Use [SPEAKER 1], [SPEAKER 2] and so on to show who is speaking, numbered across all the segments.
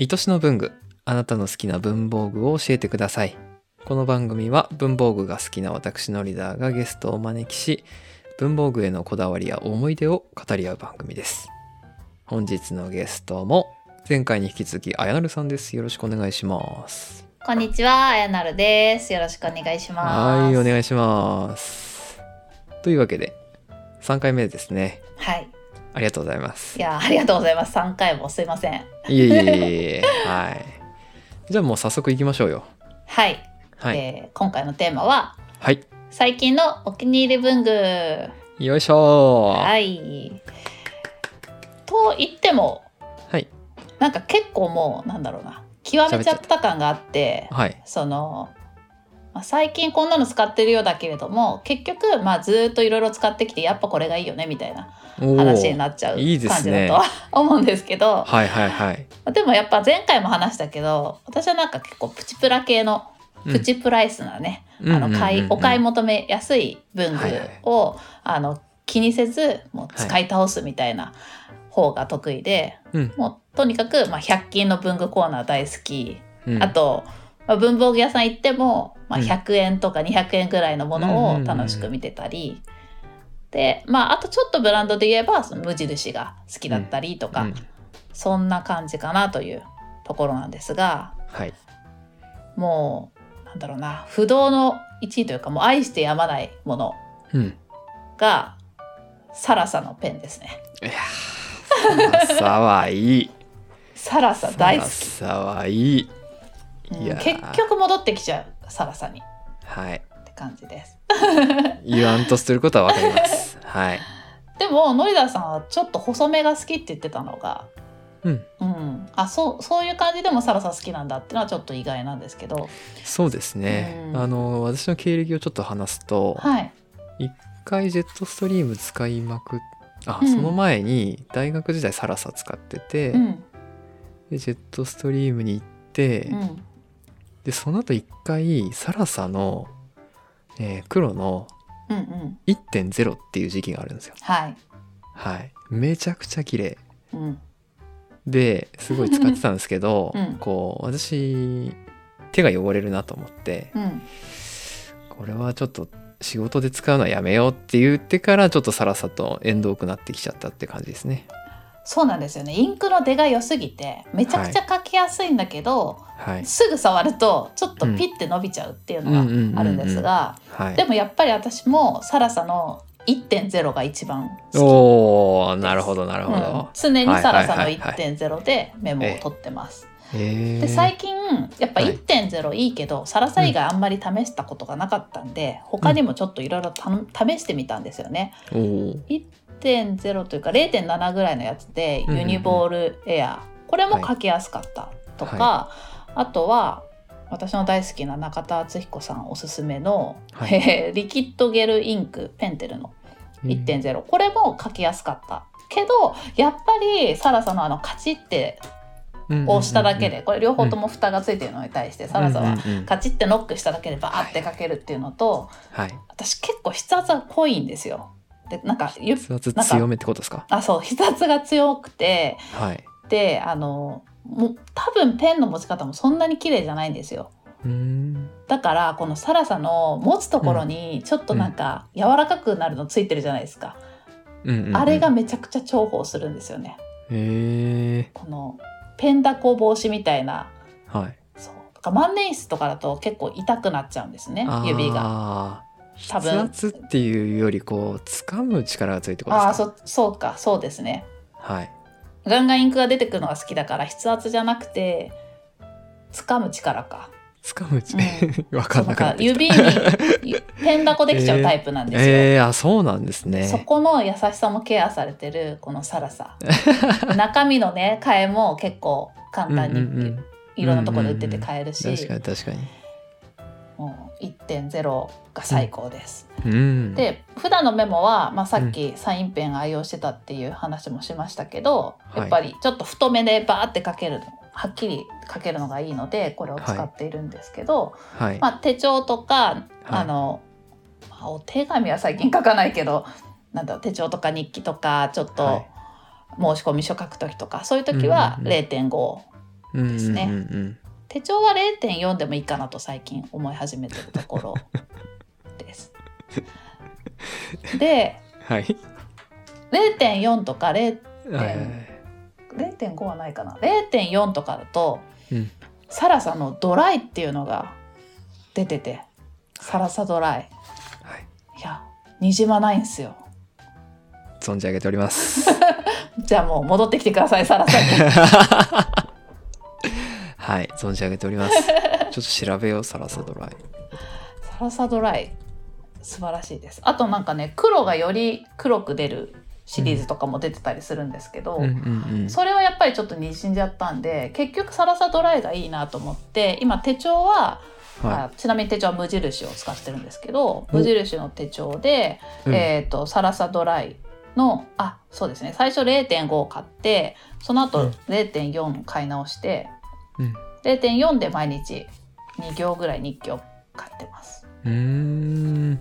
[SPEAKER 1] 愛しの文具あなたの好きな文房具を教えてくださいこの番組は文房具が好きな私のリーダーがゲストをお招きし文房具へのこだわりや思い出を語り合う番組です本日のゲストも前回に引き続きあやなるさんですよろしくお願いします
[SPEAKER 2] こんにちは、あやなるです。よろしくお願いします。
[SPEAKER 1] はいお願いしますというわけで3回目ですね
[SPEAKER 2] はい。
[SPEAKER 1] ありがとうございます
[SPEAKER 2] いや、ありがとうございます。三回もすいません。
[SPEAKER 1] いえいえいえいえはいじゃあもう早速行きましょうよ
[SPEAKER 2] はい。
[SPEAKER 1] はい、
[SPEAKER 2] えー今回のテーマは、
[SPEAKER 1] はい
[SPEAKER 2] 最近のお気に入り文具。
[SPEAKER 1] よいしょー
[SPEAKER 2] はい。と言っても、
[SPEAKER 1] はい
[SPEAKER 2] なんか結構もう、なんだろうな、極めちゃった感があって、
[SPEAKER 1] はい
[SPEAKER 2] その、まあ最近こんなの使ってるようだけれども結局まあずーっといろいろ使ってきてやっぱこれがいいよねみたいな
[SPEAKER 1] おー
[SPEAKER 2] 話になっちゃう
[SPEAKER 1] いい
[SPEAKER 2] 感
[SPEAKER 1] で
[SPEAKER 2] じ
[SPEAKER 1] す
[SPEAKER 2] だ
[SPEAKER 1] ね
[SPEAKER 2] と は思うんですけど、
[SPEAKER 1] はいはいはい
[SPEAKER 2] まあでもやっぱ前回も話したけど私はなんか結構プチプラ系の
[SPEAKER 1] うん
[SPEAKER 2] プチプライスなね、あ
[SPEAKER 1] うんうん
[SPEAKER 2] の
[SPEAKER 1] うん
[SPEAKER 2] 買いお買い求めやすい文具
[SPEAKER 1] はいはい
[SPEAKER 2] を、あの気にせずもう使い倒すみたいな方が得意で、
[SPEAKER 1] うん
[SPEAKER 2] もうとにかく、まあ、100均の文具コーナー大好き、
[SPEAKER 1] うん
[SPEAKER 2] あと、まあ文房具屋さん行っても、まあ、
[SPEAKER 1] うん
[SPEAKER 2] 100円とか200円ぐらいのものを楽しく見てたり。でまあ、あとちょっとブランドで言えばその無印が好きだったりとか、
[SPEAKER 1] うん
[SPEAKER 2] そんな感じかなというところなんですが
[SPEAKER 1] はい
[SPEAKER 2] もうなんだろうな不動の1位というかもう愛してやまないもの
[SPEAKER 1] うん
[SPEAKER 2] がサラサのペンですね
[SPEAKER 1] さはいい
[SPEAKER 2] サラサ大好き、
[SPEAKER 1] さはいい
[SPEAKER 2] うん
[SPEAKER 1] いや
[SPEAKER 2] 結局戻ってきちゃうサラサにっ
[SPEAKER 1] はい
[SPEAKER 2] て感じです
[SPEAKER 1] 言わんとすることはわかりますはい
[SPEAKER 2] でもノリダさんはちょっと細めが好きって言ってたのが
[SPEAKER 1] うん
[SPEAKER 2] うん、あそうそういう感じでもサラサ好きなんだってのはちょっと意外なんですけど
[SPEAKER 1] そうですね
[SPEAKER 2] うん
[SPEAKER 1] あの私の経歴をちょっと話すと
[SPEAKER 2] はい
[SPEAKER 1] 一回ジェットストリーム使いまくっあ、
[SPEAKER 2] うん
[SPEAKER 1] その前に大学時代サラサ使ってて、
[SPEAKER 2] うん
[SPEAKER 1] でジェットストリームに行って、
[SPEAKER 2] うん
[SPEAKER 1] でその後一回サラサの、えー黒の
[SPEAKER 2] うんうん
[SPEAKER 1] 1.0っていう時期があるんですよ
[SPEAKER 2] はい
[SPEAKER 1] はいめちゃくちゃ綺麗
[SPEAKER 2] うん
[SPEAKER 1] ですごい使ってたんですけど、
[SPEAKER 2] うん
[SPEAKER 1] こう私手が汚れるなと思って
[SPEAKER 2] うん
[SPEAKER 1] これはちょっと仕事で使うのはやめようって言ってからちょっとサラサと縁遠くなってきちゃったって感じですね
[SPEAKER 2] そうなんですよねインクの出が良すぎてめちゃくちゃ書きやすいんだけど、
[SPEAKER 1] はい
[SPEAKER 2] すぐ触るとちょっとピッて伸びちゃうっていうの
[SPEAKER 1] うんうんうんうんうん
[SPEAKER 2] があるんですが、
[SPEAKER 1] はい
[SPEAKER 2] でもやっぱり私もサラサの1.0が一番好き、
[SPEAKER 1] おおなるほどなるほど、
[SPEAKER 2] うん常にサラサの
[SPEAKER 1] はいはいはい
[SPEAKER 2] 1.0でメモを取ってます。
[SPEAKER 1] えー、
[SPEAKER 2] で最近やっぱ
[SPEAKER 1] はい
[SPEAKER 2] 1.0いいけど、サラサ以外あんまり試したことがなかったんで他にもちょっといろいろ試してみたんですよね。
[SPEAKER 1] おー
[SPEAKER 2] 1.0というか0.7ぐらいのやつで
[SPEAKER 1] うんうん
[SPEAKER 2] ユニボールエア、これも書きやすかったとか、あとは私の大好きな中田敦彦さんおすすめの、
[SPEAKER 1] はい
[SPEAKER 2] リキッドゲルインクペンテルの
[SPEAKER 1] うん
[SPEAKER 2] 1.0、これも書きやすかったけどやっぱりサラサのあのカチって押しただけで、これ両方とも蓋がついてるのに対してサラサ
[SPEAKER 1] う
[SPEAKER 2] は
[SPEAKER 1] んうんうん
[SPEAKER 2] カチってノックしただけでバーって書けるっていうのと、
[SPEAKER 1] はい
[SPEAKER 2] 私結構筆圧が濃いんですよ。でなんかゆ
[SPEAKER 1] 筆圧強めってことですか
[SPEAKER 2] あそう筆圧が強くて
[SPEAKER 1] はい
[SPEAKER 2] であのもう多分ペンの持ち方もそんなに綺麗じゃないんですよ
[SPEAKER 1] うーん
[SPEAKER 2] だからこのサラサの持つところにちょっとなんか柔らかくなるのついてるじゃないですか、
[SPEAKER 1] うんうんうん
[SPEAKER 2] あれがめちゃくちゃ重宝するんですよね
[SPEAKER 1] へえ
[SPEAKER 2] このペンダコ防止みたいな
[SPEAKER 1] はい
[SPEAKER 2] そうとか万年筆とかだと結構痛くなっちゃうんですね指が
[SPEAKER 1] が
[SPEAKER 2] 多
[SPEAKER 1] 筆
[SPEAKER 2] 分
[SPEAKER 1] 圧っていうよりこう掴む力が強いってことですか
[SPEAKER 2] ああーそそうかそうですね
[SPEAKER 1] はい
[SPEAKER 2] ガンガンインクが出てくるのが好きだから筆圧じゃなくて掴む力か
[SPEAKER 1] 掴む力、 わか
[SPEAKER 2] そうん
[SPEAKER 1] な
[SPEAKER 2] な
[SPEAKER 1] んくな
[SPEAKER 2] か
[SPEAKER 1] ってきた
[SPEAKER 2] 指にゆペンダコできちゃうタイプなんですよ。
[SPEAKER 1] えー、あそうなんですね
[SPEAKER 2] そこの優しさもケアされてるこのサ ラさ中身のね替えも結構簡単
[SPEAKER 1] うんうんう
[SPEAKER 2] に
[SPEAKER 1] ん
[SPEAKER 2] いろんなところで売ってて買えるし、
[SPEAKER 1] 確かに確かに
[SPEAKER 2] もう1.0が最高です。
[SPEAKER 1] うん
[SPEAKER 2] で普段のメモは、まあ、さっきサインペン愛用してたっていう話もしましたけど、
[SPEAKER 1] はい
[SPEAKER 2] やっぱりちょっと太めでバーって書けるはっきり書けるのがいいのでこれを使っているんですけど、
[SPEAKER 1] はい、
[SPEAKER 2] まあ、手帳とか、あの、まあお手紙は最近書かないけどなんだろう手帳とか日記とかちょっ
[SPEAKER 1] は
[SPEAKER 2] と
[SPEAKER 1] い
[SPEAKER 2] 申し込み書書く時とか、そういう時は
[SPEAKER 1] うんうんうん
[SPEAKER 2] 0.5
[SPEAKER 1] うん
[SPEAKER 2] ですね
[SPEAKER 1] うんうん
[SPEAKER 2] 手帳は0.4でもいいかなと最近思い始めてるところ です。で
[SPEAKER 1] うんはい
[SPEAKER 2] 0.4とか0
[SPEAKER 1] はいはいはい
[SPEAKER 2] 0.5はないかな0.4とかだと、
[SPEAKER 1] うん
[SPEAKER 2] サラサのドライっていうのが出ててサラサドライ
[SPEAKER 1] はい
[SPEAKER 2] いやにじまないんですよ
[SPEAKER 1] 存じ上げております
[SPEAKER 2] じゃあもう戻ってきてくださいサラサに
[SPEAKER 1] はい存じ上げており ますちょっと調べようサラサドライ
[SPEAKER 2] サラサドライ素晴らしいですあとなんかね黒がより黒く出るシリーズとかも出てたりするんですけど、
[SPEAKER 1] うんうんうん
[SPEAKER 2] それはやっぱりちょっとにじんじゃったんで結局サラサドライがいいなと思って今手帳は
[SPEAKER 1] は
[SPEAKER 2] あちなみに手帳は無印を使ってるんですけど無印の手帳で、
[SPEAKER 1] いうん
[SPEAKER 2] えー、とサラサドライのあそうですね最初0.5を買ってその
[SPEAKER 1] う
[SPEAKER 2] 後
[SPEAKER 1] ん
[SPEAKER 2] 0.4を買い直して、
[SPEAKER 1] うん
[SPEAKER 2] 0.4で毎日2行ぐらい日記を買ってます。
[SPEAKER 1] うーん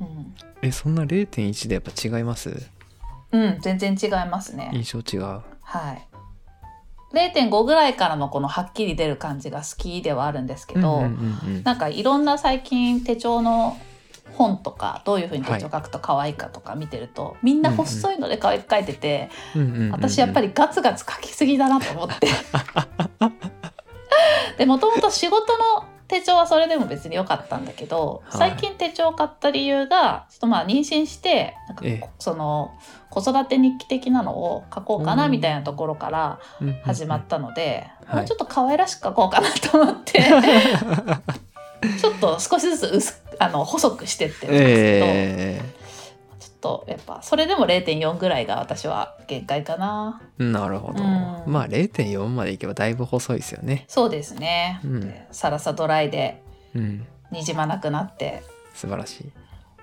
[SPEAKER 2] うん
[SPEAKER 1] えそんな0.1でやっぱ違います
[SPEAKER 2] うん、全然違いますね。
[SPEAKER 1] 印象違う
[SPEAKER 2] はい。0.5ぐらいからのこのはっきり出る感じが好きではあるんですけど、
[SPEAKER 1] うんうんうんうん
[SPEAKER 2] なんかいろんな最近手帳の本とかどういうふうに手帳書くと可愛いかとか見てると、みんな細いので可愛く書いてて、
[SPEAKER 1] うんうんうんうん
[SPEAKER 2] 私やっぱりガツガツ書きすぎだなと思って。 でもともと仕事の手帳はそれでも別に良かったんだけど、
[SPEAKER 1] はい
[SPEAKER 2] 最近手帳を買った理由がちょっとまあ妊娠してなんか
[SPEAKER 1] ええ
[SPEAKER 2] その子育て日記的なのを書こうかなみたいなところから
[SPEAKER 1] うんうんうん
[SPEAKER 2] 始まったので、
[SPEAKER 1] はい
[SPEAKER 2] もうちょっと可愛らしく書こうかなと思って。 ちょっと少しずつ薄くあの細くしてってるんで
[SPEAKER 1] え
[SPEAKER 2] すけど、ちょっとやっぱそれでも0.4ぐらいが私は限界かな
[SPEAKER 1] ーなるほど
[SPEAKER 2] うん
[SPEAKER 1] まあ0.4までいけばだいぶ細いですよね
[SPEAKER 2] そうですね、
[SPEAKER 1] うん
[SPEAKER 2] でサラサドライで
[SPEAKER 1] うん
[SPEAKER 2] にじまなくなって
[SPEAKER 1] 素晴らし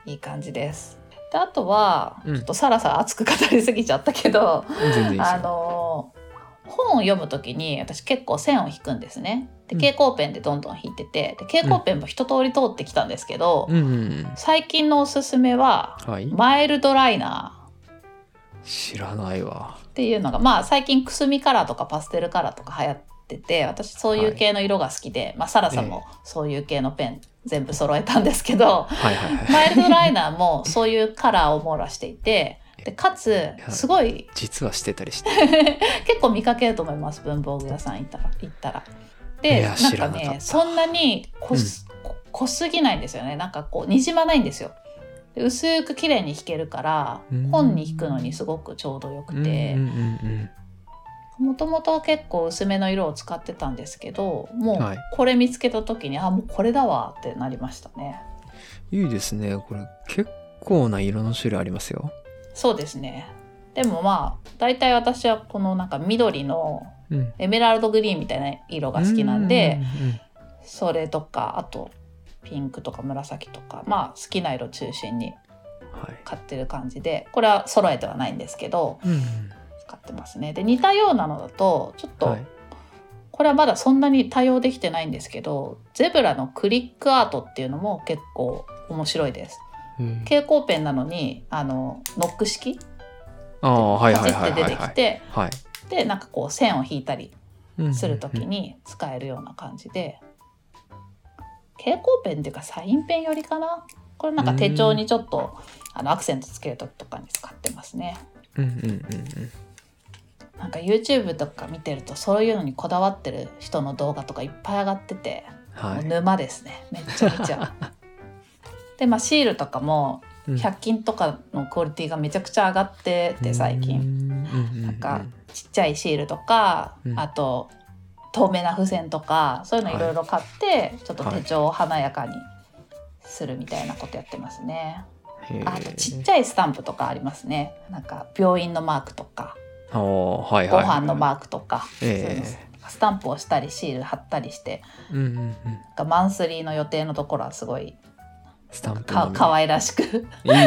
[SPEAKER 1] い
[SPEAKER 2] いい感じですであとは、
[SPEAKER 1] うん
[SPEAKER 2] ちょっとサラサラ熱く語りすぎちゃったけど
[SPEAKER 1] 全然いいです
[SPEAKER 2] あ
[SPEAKER 1] よ
[SPEAKER 2] のー本を読むときに私結構線を引くんですねで
[SPEAKER 1] うん
[SPEAKER 2] 蛍光ペンでどんどん引いててで蛍光ペンも一通り通ってきたんですけど、
[SPEAKER 1] うんうん
[SPEAKER 2] 最近のおすすめは
[SPEAKER 1] うんはい
[SPEAKER 2] マイルドライナー
[SPEAKER 1] 知らないわ
[SPEAKER 2] っていうのがまあ最近くすみカラーとかパステルカラーとか流行ってて私そういう系の色が好きで、まあサラさんもそういう系のペン全部揃えたんですけど、
[SPEAKER 1] はいはいはい
[SPEAKER 2] マイルドライナーもそういうカラーを網羅してい てでかつすごい
[SPEAKER 1] 実はしてたりして
[SPEAKER 2] 結構見かけると思います文房具屋さん行ったら行ったら。
[SPEAKER 1] い
[SPEAKER 2] で
[SPEAKER 1] や
[SPEAKER 2] なん
[SPEAKER 1] 知らな
[SPEAKER 2] か
[SPEAKER 1] かっ
[SPEAKER 2] ね
[SPEAKER 1] た
[SPEAKER 2] そんなに濃す,こ、濃すぎないんですよねなんかこうにじまないんですよ。で薄く綺麗に引けるから
[SPEAKER 1] うん
[SPEAKER 2] 本に引くのにすごくちょうどよくて。
[SPEAKER 1] うんうんうん
[SPEAKER 2] もともとは結構薄めの色を使ってたんですけども
[SPEAKER 1] はいう
[SPEAKER 2] これ見つけた時に、あもうこれだわってなりましたね
[SPEAKER 1] うんいいですねこれ結構な色の種類ありますよ
[SPEAKER 2] そうですねでもまあ大体私はこのなんか緑の
[SPEAKER 1] うん
[SPEAKER 2] エメラルドグリーンみたいな色が好きなんで
[SPEAKER 1] うんうんうん
[SPEAKER 2] それとかあとピンクとか紫とかまあ好きな色中心に
[SPEAKER 1] はい
[SPEAKER 2] 買ってる感じでこれは揃えてはないんですけど
[SPEAKER 1] うん
[SPEAKER 2] 買ってますねで似たようなのだとちょっ
[SPEAKER 1] うん
[SPEAKER 2] と
[SPEAKER 1] はい
[SPEAKER 2] これはまだそんなに対応できてないんですけどゼブラのクリックアートっていうのも結構面白いです
[SPEAKER 1] うん
[SPEAKER 2] 蛍光ペンなのにあのノック式
[SPEAKER 1] ああはい
[SPEAKER 2] パ
[SPEAKER 1] は
[SPEAKER 2] チ
[SPEAKER 1] いは
[SPEAKER 2] っ
[SPEAKER 1] い
[SPEAKER 2] て
[SPEAKER 1] はい
[SPEAKER 2] 出
[SPEAKER 1] は
[SPEAKER 2] て
[SPEAKER 1] い
[SPEAKER 2] きて
[SPEAKER 1] はい
[SPEAKER 2] でなんかこう線を引いたり
[SPEAKER 1] うんうん
[SPEAKER 2] する時に使えるような感じで蛍光ペンっていうかサインペンよりかなこれなんか手帳にちょっとあのアクセントつける時とかに使ってますね
[SPEAKER 1] うんうんうんうん
[SPEAKER 2] なんか YouTube とか見てるとそういうのにこだわってる人の動画とかいっぱい上がってて
[SPEAKER 1] は
[SPEAKER 2] もう
[SPEAKER 1] い
[SPEAKER 2] 沼ですねめっちゃ見 ちゃうでまあシールとかも
[SPEAKER 1] うん
[SPEAKER 2] 100均とかのクオリティがめちゃくちゃ上がってて最近
[SPEAKER 1] 近
[SPEAKER 2] なんかちっちゃいシールとか、
[SPEAKER 1] うん
[SPEAKER 2] あと透明な付箋とかそういうのいろいろ買って、ちょっと手帳を華やかにするみたいなことやってますね、あとちっちゃいスタンプとかありますねなんか病院のマークとか
[SPEAKER 1] ゃはい
[SPEAKER 2] ご
[SPEAKER 1] はい
[SPEAKER 2] 飯のマークとか、そういう
[SPEAKER 1] え
[SPEAKER 2] のスタンプをしたりシール貼ったりして
[SPEAKER 1] えうんうんうん
[SPEAKER 2] なんかマンスリーの予定のところはすごい
[SPEAKER 1] スタンプ
[SPEAKER 2] か
[SPEAKER 1] の
[SPEAKER 2] 可愛らしく
[SPEAKER 1] いいで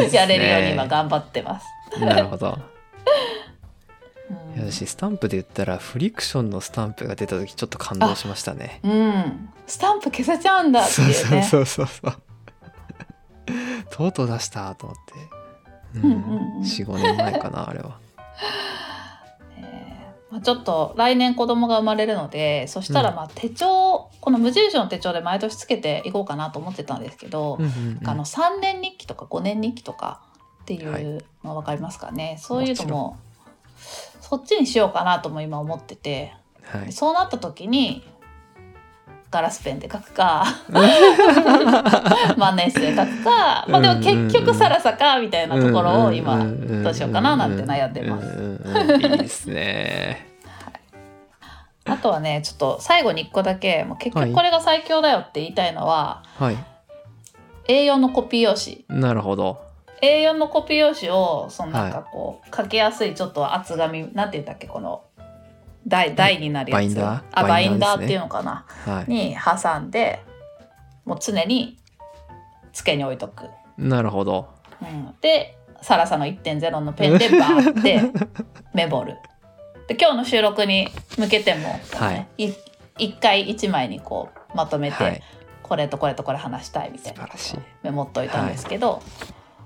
[SPEAKER 1] すね
[SPEAKER 2] やれるように今頑張ってます。
[SPEAKER 1] なるほど
[SPEAKER 2] うん
[SPEAKER 1] いや私スタンプで言ったらフリクションのスタンプが出た時ちょっと感動しましたね
[SPEAKER 2] うん、スタンプ消せちゃうんだって
[SPEAKER 1] そう
[SPEAKER 2] いうね。
[SPEAKER 1] そうそうそうそうとうとう出したと思って、
[SPEAKER 2] うんうんうん
[SPEAKER 1] 45年前かなあれは
[SPEAKER 2] えーまあ、ちょっと来年子供が生まれるのでそしたらまあ手帳、この無印の手帳で毎年つけていこうかなと思ってたんですけど、
[SPEAKER 1] うんうんうん
[SPEAKER 2] あの3年日記とか5年日記とかってい
[SPEAKER 1] はいう
[SPEAKER 2] の分かりますかね、そういうの
[SPEAKER 1] もちろ
[SPEAKER 2] もそっちにしようかなとも今思ってて、
[SPEAKER 1] はい。
[SPEAKER 2] そうなった時にガラスペンで書く か万年筆で書くか、まあ、でも結局さらさかみたいなところを今、どうしようかななんて悩んでます
[SPEAKER 1] うんうんうん。いいですね。
[SPEAKER 2] あとはねちょっと最後に1個だけもう結
[SPEAKER 1] はい
[SPEAKER 2] 局これが最強だよって言いたいのは、
[SPEAKER 1] はい。
[SPEAKER 2] A4 のコピー用紙
[SPEAKER 1] なるほど。
[SPEAKER 2] A4 のコピー用紙をそのなんかこう、書きやすいちょっと厚紙なんて言ったっけこの台台になるや
[SPEAKER 1] バ
[SPEAKER 2] つ
[SPEAKER 1] インダー
[SPEAKER 2] あ
[SPEAKER 1] バ
[SPEAKER 2] バ
[SPEAKER 1] イ
[SPEAKER 2] イ
[SPEAKER 1] ン
[SPEAKER 2] ン
[SPEAKER 1] ダー
[SPEAKER 2] ダ
[SPEAKER 1] ですね
[SPEAKER 2] ーっていうのかな、
[SPEAKER 1] はい。
[SPEAKER 2] に挟んでもう常に付けに置いとく、
[SPEAKER 1] なるほど。
[SPEAKER 2] うん、でサラサの1.0のペンでバー ってメモるで今日の収録に向けても、
[SPEAKER 1] はい
[SPEAKER 2] い一回一枚にこうまとめて、
[SPEAKER 1] はい。
[SPEAKER 2] これとこれとこれ話したいみたい
[SPEAKER 1] 素
[SPEAKER 2] な
[SPEAKER 1] 晴らしい
[SPEAKER 2] メモっといたんですけど、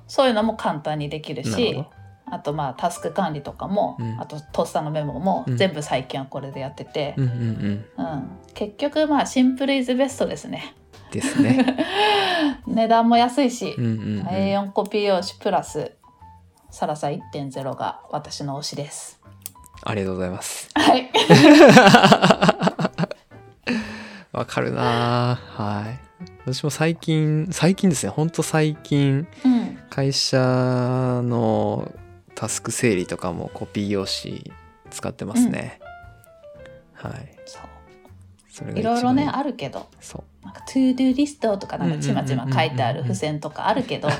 [SPEAKER 2] そういうのも簡単にできる
[SPEAKER 1] なる
[SPEAKER 2] し
[SPEAKER 1] ほど。
[SPEAKER 2] あとまあタスク管理とかも、
[SPEAKER 1] うん
[SPEAKER 2] あととっさのメモも
[SPEAKER 1] うん
[SPEAKER 2] 全部最近はこれでやってて
[SPEAKER 1] う、んうんうん。
[SPEAKER 2] うん結局まあシンプルイズベストですね
[SPEAKER 1] ですね。
[SPEAKER 2] 値段も安いし、
[SPEAKER 1] うんうんうん。
[SPEAKER 2] A4 コピー用紙プラスサラサ1.0が私の推しです
[SPEAKER 1] ありがとうございます。
[SPEAKER 2] はい
[SPEAKER 1] わかるなあはい。私も最近、最近ですね。ほんと最近、
[SPEAKER 2] うん
[SPEAKER 1] 会社のタスク整理とかもコピー用紙使ってますね。はい。
[SPEAKER 2] そ
[SPEAKER 1] それ
[SPEAKER 2] ういろいろね
[SPEAKER 1] あ
[SPEAKER 2] あるけど
[SPEAKER 1] そう。
[SPEAKER 2] なんかトゥードゥリストとかなんかちまちま書いてある付箋とかある けど
[SPEAKER 1] い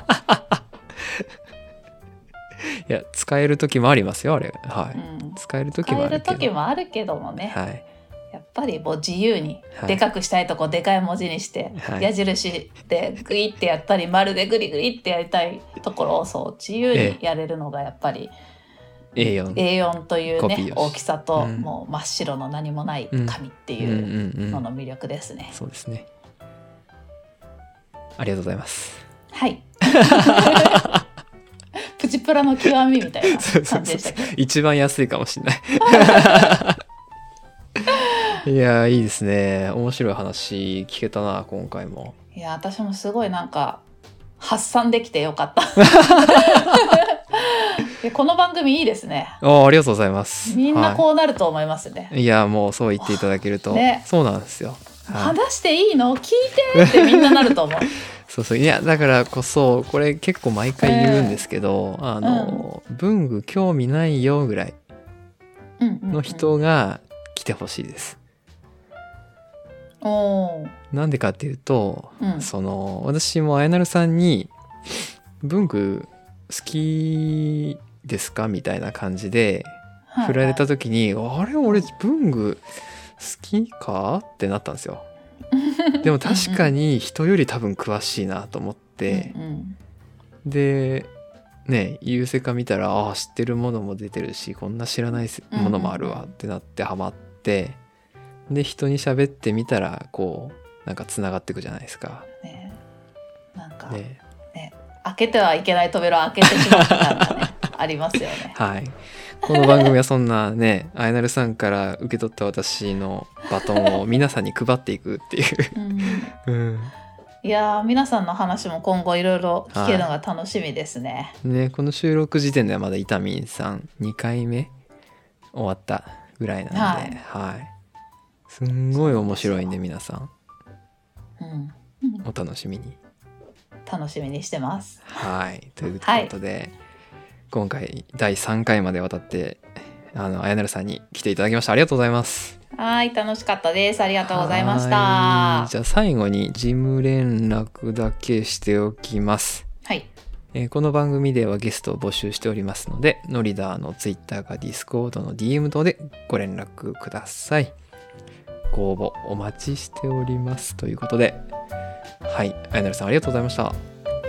[SPEAKER 1] や、使える時もありますよ、あれ。はい。
[SPEAKER 2] うん
[SPEAKER 1] 使える時
[SPEAKER 2] 使
[SPEAKER 1] もあ
[SPEAKER 2] え
[SPEAKER 1] る
[SPEAKER 2] る
[SPEAKER 1] けど。
[SPEAKER 2] 時もあるけどもね、
[SPEAKER 1] はい。
[SPEAKER 2] やっぱりもう自由に
[SPEAKER 1] はい
[SPEAKER 2] でかくしたいとこでかい文字にして、
[SPEAKER 1] はい
[SPEAKER 2] 矢印でグイってやったり丸でグリグリってやりたいところをそう自由
[SPEAKER 1] え
[SPEAKER 2] にやれるのがやっぱり
[SPEAKER 1] A4。
[SPEAKER 2] A4 という
[SPEAKER 1] コピー用
[SPEAKER 2] ね
[SPEAKER 1] 紙
[SPEAKER 2] 大きさと
[SPEAKER 1] うん
[SPEAKER 2] もう真っ白の何もない
[SPEAKER 1] うん
[SPEAKER 2] 紙って
[SPEAKER 1] うん
[SPEAKER 2] いう
[SPEAKER 1] うんう
[SPEAKER 2] の
[SPEAKER 1] ん。
[SPEAKER 2] の魅力ですね。
[SPEAKER 1] そうですね。ありがとうござい ます。
[SPEAKER 2] はい。プチプラの極みみたいな
[SPEAKER 1] そうそ
[SPEAKER 2] 感
[SPEAKER 1] う
[SPEAKER 2] じ
[SPEAKER 1] そ
[SPEAKER 2] で
[SPEAKER 1] う
[SPEAKER 2] したけど。
[SPEAKER 1] 一番安いかもしれ ない。いやーいいですね。面白い話聞けたな、今回も。
[SPEAKER 2] いや私もすごいなんか発散できてよ かった。でこの番組いいですね。
[SPEAKER 1] あーありがとうございます。
[SPEAKER 2] みんな
[SPEAKER 1] は
[SPEAKER 2] こうなると思いますね。
[SPEAKER 1] い、いや、もうそう言っていただけると、
[SPEAKER 2] ね
[SPEAKER 1] そうなんですよ。はい
[SPEAKER 2] 話していいの聞いてってみんななる と思う。
[SPEAKER 1] そうそういやだからこそこれ結構毎回言うんですけど、あの、文具興味ないよぐらい
[SPEAKER 2] うんうんうん
[SPEAKER 1] の。人が来てほしいです。
[SPEAKER 2] おー
[SPEAKER 1] なんでかっていうと、
[SPEAKER 2] うん
[SPEAKER 1] その私もあやなるさんに「文具好きですか?」みたいな感じで
[SPEAKER 2] はい
[SPEAKER 1] 振られた時に「あれ俺文具好きか?」ってなったんです よ。でも確かに人より多分詳しいなと思って。
[SPEAKER 2] うんうん
[SPEAKER 1] でねゆうせか見たらああ知ってるものも出てるしこんな知らないせ
[SPEAKER 2] うんうん
[SPEAKER 1] ものもあるわってなってハマってで人に喋ってみたらこうなんかつながっていくじゃないですか。
[SPEAKER 2] ねなんか、
[SPEAKER 1] ね
[SPEAKER 2] 開けてはいけない扉を開けてしまった感がねありますよね。
[SPEAKER 1] はい、この番組はそんなねあやなるさんから受け取った私のバト ンを皆さんに配っていくっていう
[SPEAKER 2] うん、
[SPEAKER 1] うん、
[SPEAKER 2] いやー皆さんの話も今後いろいろ聞けるのが楽しみですね。
[SPEAKER 1] ねこの収録時点ではまだ伊丹さん2回目終わったぐらいなんで、はいすんごい面白いんで皆さん
[SPEAKER 2] うん、
[SPEAKER 1] お楽しみに。
[SPEAKER 2] 楽しみにしてます。
[SPEAKER 1] はい。ということで、今回第3回までわたって、あの、あやなるさんに来ていただきました。ありがとうございます。
[SPEAKER 2] はい楽しかったです。あり
[SPEAKER 1] あ
[SPEAKER 2] がとうございました。
[SPEAKER 1] じゃあ最後に事務連絡だけしておきます。
[SPEAKER 2] はい。
[SPEAKER 1] えーこの番組ではゲストを募集しておりますので、ノリダーの Twitter か Discord の DM 等でご連絡ください。ご応募お待ちしております。ということで、はい。あやなるさんありがとうございました。
[SPEAKER 2] あ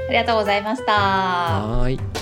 [SPEAKER 2] りがとうございました。
[SPEAKER 1] はーい。